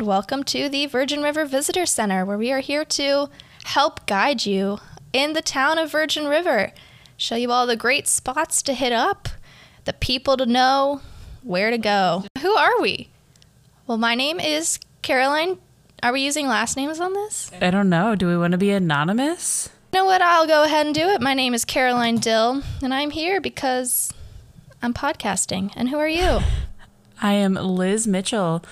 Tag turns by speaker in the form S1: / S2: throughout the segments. S1: welcome to the Virgin River Visitor Center, where we are here to help guide you in the town of Virgin River, show you all the great spots to hit up, the people to know, where to go. Who are we? Well, my name is Caroline. Are we using last names on this?
S2: I don't know. Do we want to be anonymous?
S1: You know what? I'll go ahead and do it. My name is Caroline Dill, and I'm here because I'm podcasting. And who are you?
S2: I am Liz Mitchell,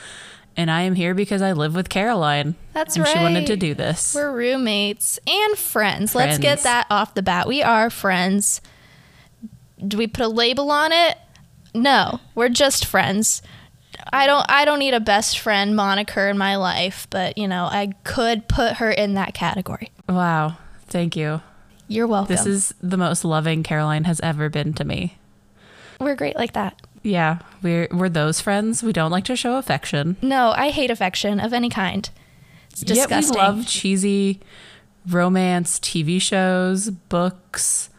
S2: and I am here because I live with Caroline.
S1: That's
S2: and
S1: right.
S2: She wanted to do this.
S1: We're roommates and friends. Let's
S2: Friends.
S1: get that off the bat. We are friends. Do we put a label on it? No, we're just friends. I don't I don't need a best friend moniker in my life, but you know, I could put her in that category.
S2: wow. Thank you.
S1: You're welcome.
S2: This is the most loving Caroline has ever been to me.
S1: we're great like that.
S2: Yeah, we're we're those friends. We don't like to show affection.
S1: No, I hate affection of any kind. It's disgusting.
S2: Yet we love cheesy romance TV shows, books,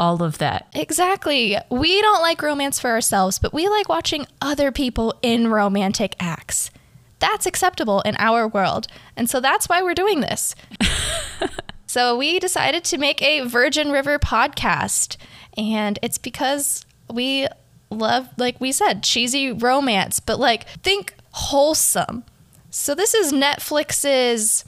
S2: all of that.
S1: Exactly. We don't like romance for ourselves, but we like watching other people in romantic acts. That's acceptable in our world. And so that's why we're doing this. so we decided to make a Virgin River podcast. And it's because we love, like we said, cheesy romance, but like think wholesome. So this is Netflix's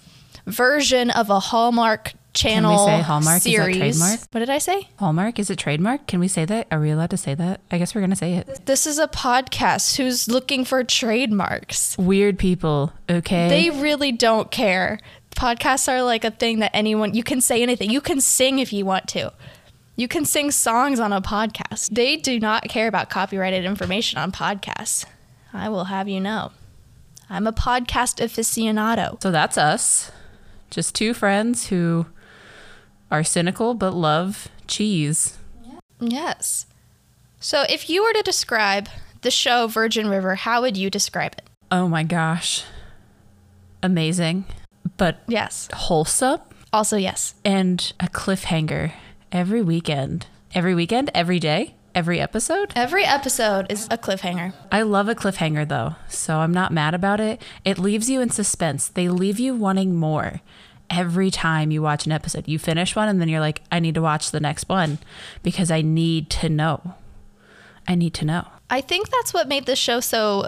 S1: version of a Hallmark channel
S2: say Hallmark? Is that
S1: series.
S2: trademark?
S1: What did I say?
S2: Hallmark is it trademark? Can we say that? Are we allowed to say that? I guess we're gonna say it.
S1: This is a podcast who's looking for trademarks.
S2: Weird people. Okay.
S1: They really don't care. Podcasts are like a thing that anyone, you can say anything. You can sing if you want to. You can sing songs on a podcast. They do not care about copyrighted information on podcasts. I will have you know. I'm a podcast aficionado.
S2: So that's us. Just two friends who are cynical but love cheese.
S1: Yes. So if you were to describe the show Virgin River, how would you describe it?
S2: Oh my gosh. Amazing, but
S1: Yes.
S2: wholesome
S1: Also, yes.
S2: and a cliffhanger every weekend. Every weekend, every day, every episode.
S1: Every episode is a cliffhanger.
S2: I love a cliffhanger though, so I'm not mad about it. It leaves you in suspense. They leave you wanting more every time you watch an episode. You finish one and then you're like, I need to watch the next one because I need to know. I need to know.
S1: I think that's what made this show so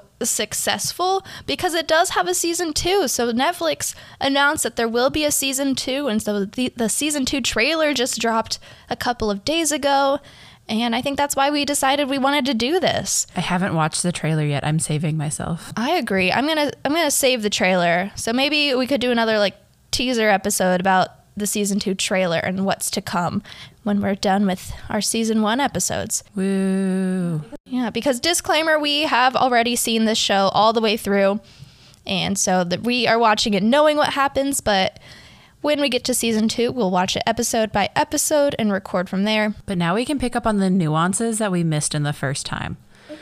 S1: successful because it does have a season two. So Netflix announced that there will be a season two, and so the, the season two trailer just dropped a couple of days ago. And I think that's why we decided we wanted to do this.
S2: I haven't watched the trailer yet. I'm saving myself.
S1: I agree. I'm gonna I'm gonna save the trailer. So maybe we could do another like teaser episode about the season two trailer and what's to come when we're done with our season one episodes.
S2: Woo.
S1: Yeah, because disclaimer, we have already seen this show all the way through. And so that we are watching it knowing what happens, but when we get to season 2, we'll watch it episode by episode and record from there.
S2: But now we can pick up on the nuances that we missed in the first time.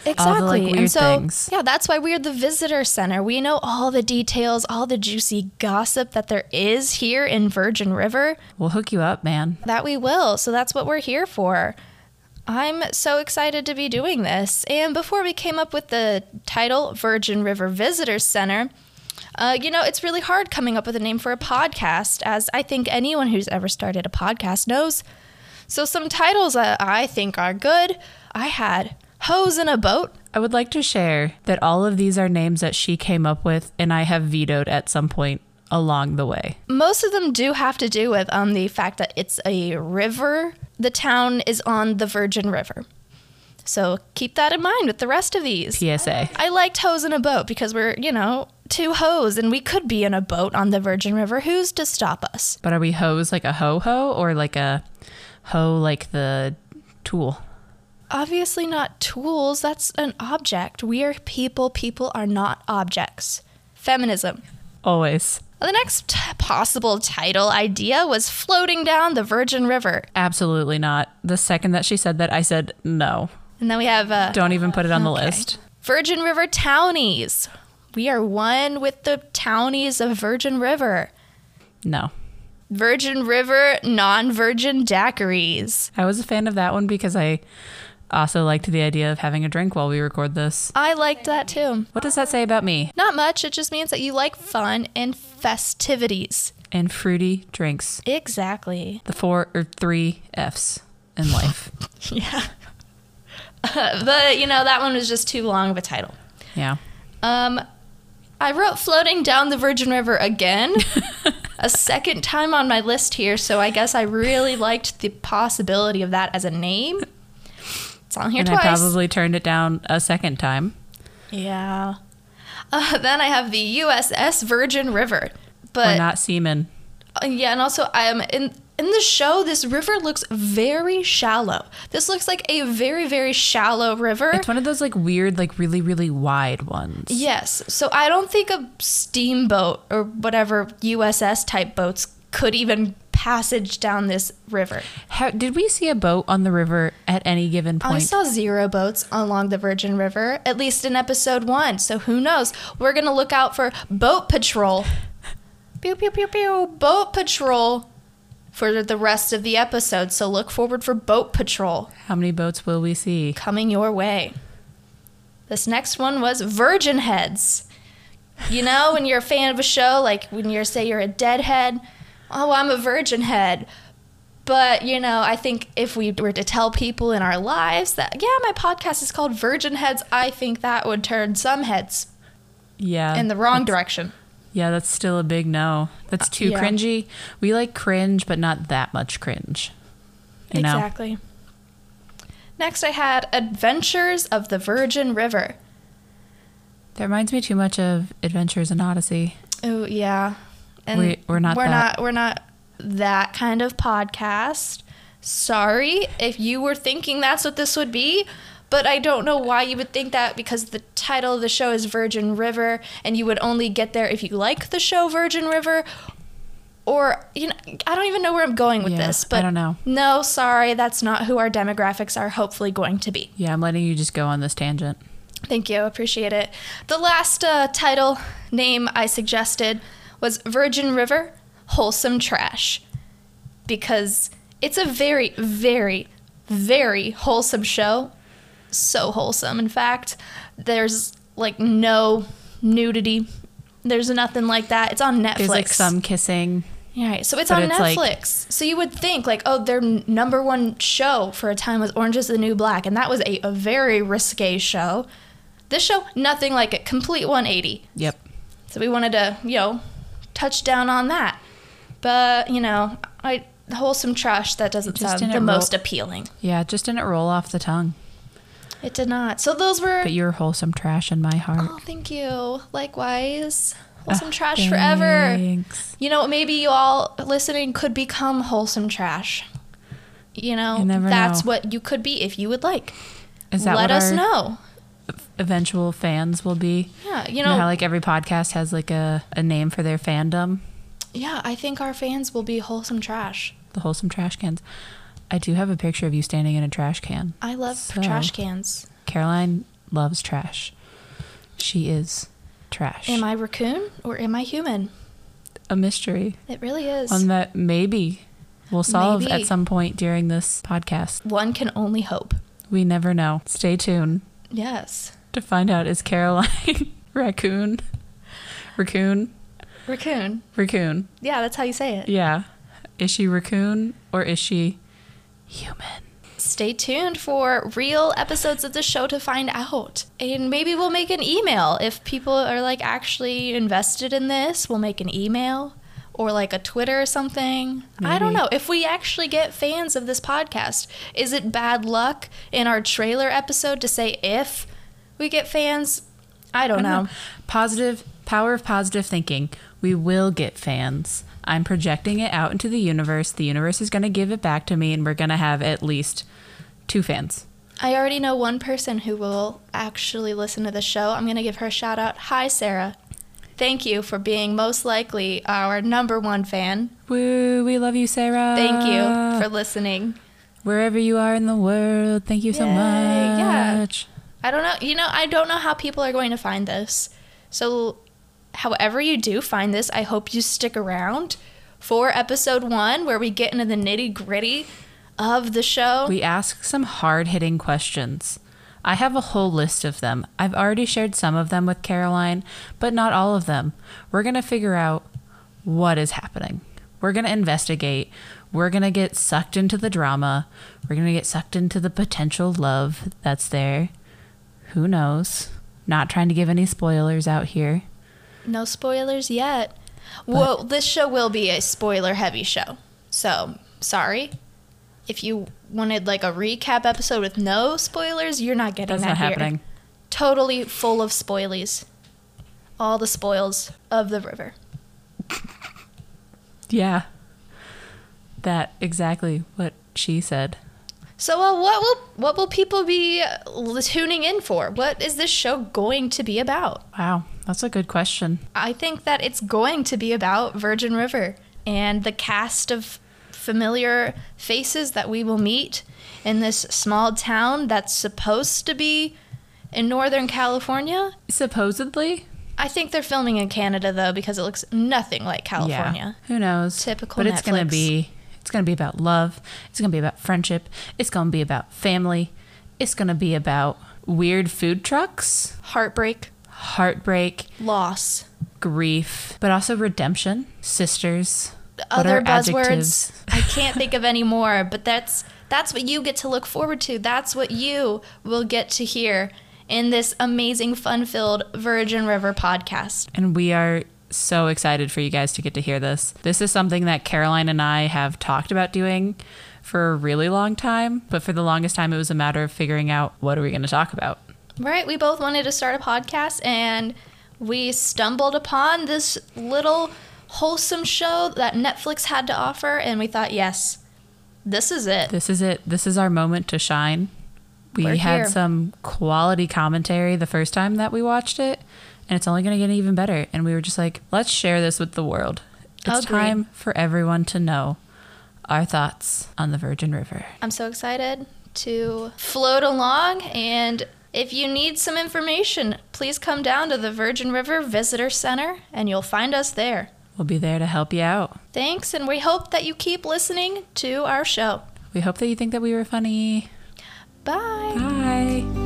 S1: Exactly.
S2: All the, like,
S1: and
S2: weird
S1: so
S2: things.
S1: yeah, that's why we're the visitor center. We know all the details, all the juicy gossip that there is here in Virgin River.
S2: We'll hook you up, man.
S1: That we will. So that's what we're here for. I'm so excited to be doing this. And before we came up with the title, Virgin River Visitors Center, uh, you know, it's really hard coming up with a name for a podcast, as I think anyone who's ever started a podcast knows. So, some titles that I think are good I had Hose in a Boat.
S2: I would like to share that all of these are names that she came up with and I have vetoed at some point along the way.
S1: Most of them do have to do with um, the fact that it's a river. The town is on the Virgin River. So, keep that in mind with the rest of these.
S2: PSA.
S1: I liked hoes in a boat because we're, you know, two hoes and we could be in a boat on the Virgin River. Who's to stop us?
S2: But are we hoes like a ho ho or like a hoe like the tool?
S1: Obviously, not tools. That's an object. We are people. People are not objects. Feminism.
S2: Always.
S1: The next t- possible title idea was floating down the Virgin River.
S2: Absolutely not. The second that she said that, I said no.
S1: And then we have uh,
S2: Don't even put it on the
S1: Okay.
S2: list.
S1: Virgin River Townies. We are one with the townies of Virgin River.
S2: No.
S1: Virgin River non virgin daiquiris.
S2: I was a fan of that one because I also liked the idea of having a drink while we record this.
S1: I liked that too.
S2: What does that say about me?
S1: Not much. It just means that you like fun and festivities.
S2: And fruity drinks.
S1: Exactly.
S2: The four or three F's in life.
S1: Yeah. but, you know, that one was just too long of a title.
S2: yeah.
S1: Um, I wrote floating down the Virgin River again, a second time on my list here, so I guess I really liked the possibility of that as a name. It's on here
S2: and
S1: twice.
S2: I probably turned it down a second time.
S1: yeah. Uh, then I have the USS Virgin River,
S2: We're
S1: but
S2: not seamen.
S1: Uh, yeah, and also I'm in in the show. This river looks very shallow. This looks like a very very shallow river.
S2: It's one of those like weird, like really, really wide ones.
S1: Yes. So I don't think a steamboat or whatever USS type boats could even passage down this river.
S2: How, did we see a boat on the river at any given
S1: I
S2: point?
S1: saw zero boats along the Virgin River, at least in episode one. So who knows? We're going to look out for boat patrol. pew, pew, pew, pew. Boat patrol for the rest of the episode. So look forward for boat patrol
S2: How many boats will we see?
S1: coming your way. This next one was Virgin Heads. You know, when you're a fan of a show, like when you're say you're a deadhead, oh, I'm a virgin head. But, you know, I think if we were to tell people in our lives that, yeah, my podcast is called Virgin Heads, I think that would turn some heads
S2: Yeah.
S1: in the wrong direction.
S2: yeah, that's still a big no. That's too
S1: yeah.
S2: cringy. We like cringe, but not that much cringe. You know?
S1: Exactly. Next, I had Adventures of the Virgin River.
S2: That reminds me too much of Adventures in Odyssey.
S1: Oh yeah, and
S2: We- we're not
S1: We're
S2: that.
S1: not. We're not that kind of podcast. Sorry if you were thinking that's what this would be, but I don't know why you would think that because the title of the show is Virgin River, and you would only get there if you like the show Virgin River. Or you know, I don't even know where I'm going with
S2: Yeah,
S1: this,
S2: I
S1: but
S2: don't know.
S1: No, sorry, that's not who our demographics are hopefully going to be.
S2: Yeah, I'm letting you just go on this tangent.
S1: Thank you. Appreciate it. The last uh, title name I suggested was Virgin River Wholesome Trash because it's a very, very, very wholesome show. So wholesome, in fact. There's like no nudity, there's nothing like that. It's on Netflix.
S2: There's like some kissing.
S1: Yeah, right. So it's
S2: But
S1: on
S2: it's like-
S1: Netflix. so you would think like, oh, their n- number one show for a time was Orange is the New Black, and that was a, a very risque show. This show, nothing like it. Complete 180.
S2: Yep.
S1: So we wanted to, you know, touch down on that. But, you know, I wholesome trash, that doesn't
S2: It just
S1: sound the
S2: didn't roll-
S1: most appealing.
S2: Yeah, it just didn't roll off the tongue.
S1: It did not. So those were
S2: But you're wholesome trash in my heart.
S1: Oh, thank you. Likewise. Wholesome
S2: Ah,
S1: trash forever.
S2: thanks.
S1: You know, maybe you all listening could become wholesome trash. You know,
S2: You never
S1: that's
S2: know.
S1: what you could be if you would like.
S2: Is that
S1: Let
S2: what
S1: us
S2: our
S1: know.
S2: eventual fans will be?
S1: Yeah, you
S2: You
S1: know,
S2: know, how like every podcast has like a, a name for their fandom,
S1: yeah, I think our fans will be wholesome trash.
S2: the wholesome trash cans. I do have a picture of you standing in a trash can.
S1: I love
S2: So-
S1: trash cans.
S2: Caroline loves trash. She is trash.
S1: Am I raccoon or am I human?
S2: a mystery?
S1: It really is.
S2: One that maybe we'll solve
S1: Maybe.
S2: at some point during this podcast.
S1: One can only hope.
S2: We never know. Stay tuned
S1: Yes.
S2: to find out is Caroline raccoon? Raccoon?
S1: Raccoon.
S2: Raccoon.
S1: Yeah, that's how you say it.
S2: Yeah. Is she raccoon or is she human?
S1: Stay tuned for real episodes of the show to find out. And maybe we'll make an email if people are like actually invested in this. We'll make an email or like a Twitter or something. I don't
S2: Maybe.
S1: know. If we actually get fans of this podcast, is it bad luck in our trailer episode to say if we get fans? I don't, know.
S2: Positive power of positive thinking. We will get fans. I'm projecting it out into the universe. The universe is going to give it back to me, and we're going to have at least two fans.
S1: I already know one person who will actually listen to the show. I'm going to give her a shout out. Hi, Sarah. Thank you for being most likely our number one fan.
S2: Woo! We love you, Sarah.
S1: Thank
S2: Uh.
S1: you for listening.
S2: wherever you are in the world. Thank you so
S1: Yay, yeah.
S2: much.
S1: I don't know, you know, I don't know how people are going to find this. So, however, you do find this, I hope you stick around for episode one where we get into the nitty gritty of the show.
S2: We ask some hard hitting questions. I have a whole list of them. I've already shared some of them with Caroline, but not all of them. We're going to figure out what is happening. We're going to investigate. We're going to get sucked into the drama. We're going to get sucked into the potential love that's there. Who knows? Not trying to give any spoilers out here.
S1: no spoilers yet. Well, this show will be a spoiler heavy show. So, sorry. If you wanted like a recap episode with no spoilers, you're not getting
S2: That's
S1: that
S2: not
S1: here.
S2: happening.
S1: Totally full of spoilies. All the spoils of the river.
S2: Yeah. That exactly what she said.
S1: So, uh, what will what will people be uh, tuning in for? What is this show going to be about?
S2: Wow, that's a good question.
S1: I think that it's going to be about Virgin River and the cast of familiar faces that we will meet in this small town that's supposed to be in Northern California.
S2: Supposedly,
S1: I think they're filming in Canada though because it looks nothing like California.
S2: Yeah. Who knows?
S1: Typical
S2: But it's gonna
S1: Netflix.
S2: be it's gonna be about love. It's gonna be about friendship. It's gonna be about family. It's gonna be about weird food trucks,
S1: Heartbreak,
S2: heartbreak,
S1: loss,
S2: grief, but also redemption, sisters. What
S1: other
S2: are
S1: buzzwords.
S2: adjectives?
S1: I can't think of any more, but that's that's what you get to look forward to. That's what you will get to hear in this amazing fun-filled Virgin River podcast.
S2: And we are so excited for you guys to get to hear this. This is something that Caroline and I have talked about doing for a really long time, but for the longest time it was a matter of figuring out what are we going to talk about.
S1: Right, we both wanted to start a podcast and we stumbled upon this little wholesome show that Netflix had to offer and we thought, yes, this is it.
S2: This is it. This is our moment to shine. We
S1: We're
S2: had
S1: here.
S2: some quality commentary the first time that we watched it, and it's only going to get even better. And we were just like, let's share this with the world. It's
S1: Agreed.
S2: time for everyone to know our thoughts on the Virgin River.
S1: I'm so excited to float along and if you need some information, please come down to the Virgin River Visitor Center and you'll find us there.
S2: We'll be there to help you out.
S1: Thanks, and we hope that you keep listening to our show.
S2: We hope that you think that we were funny.
S1: Bye.
S2: Bye.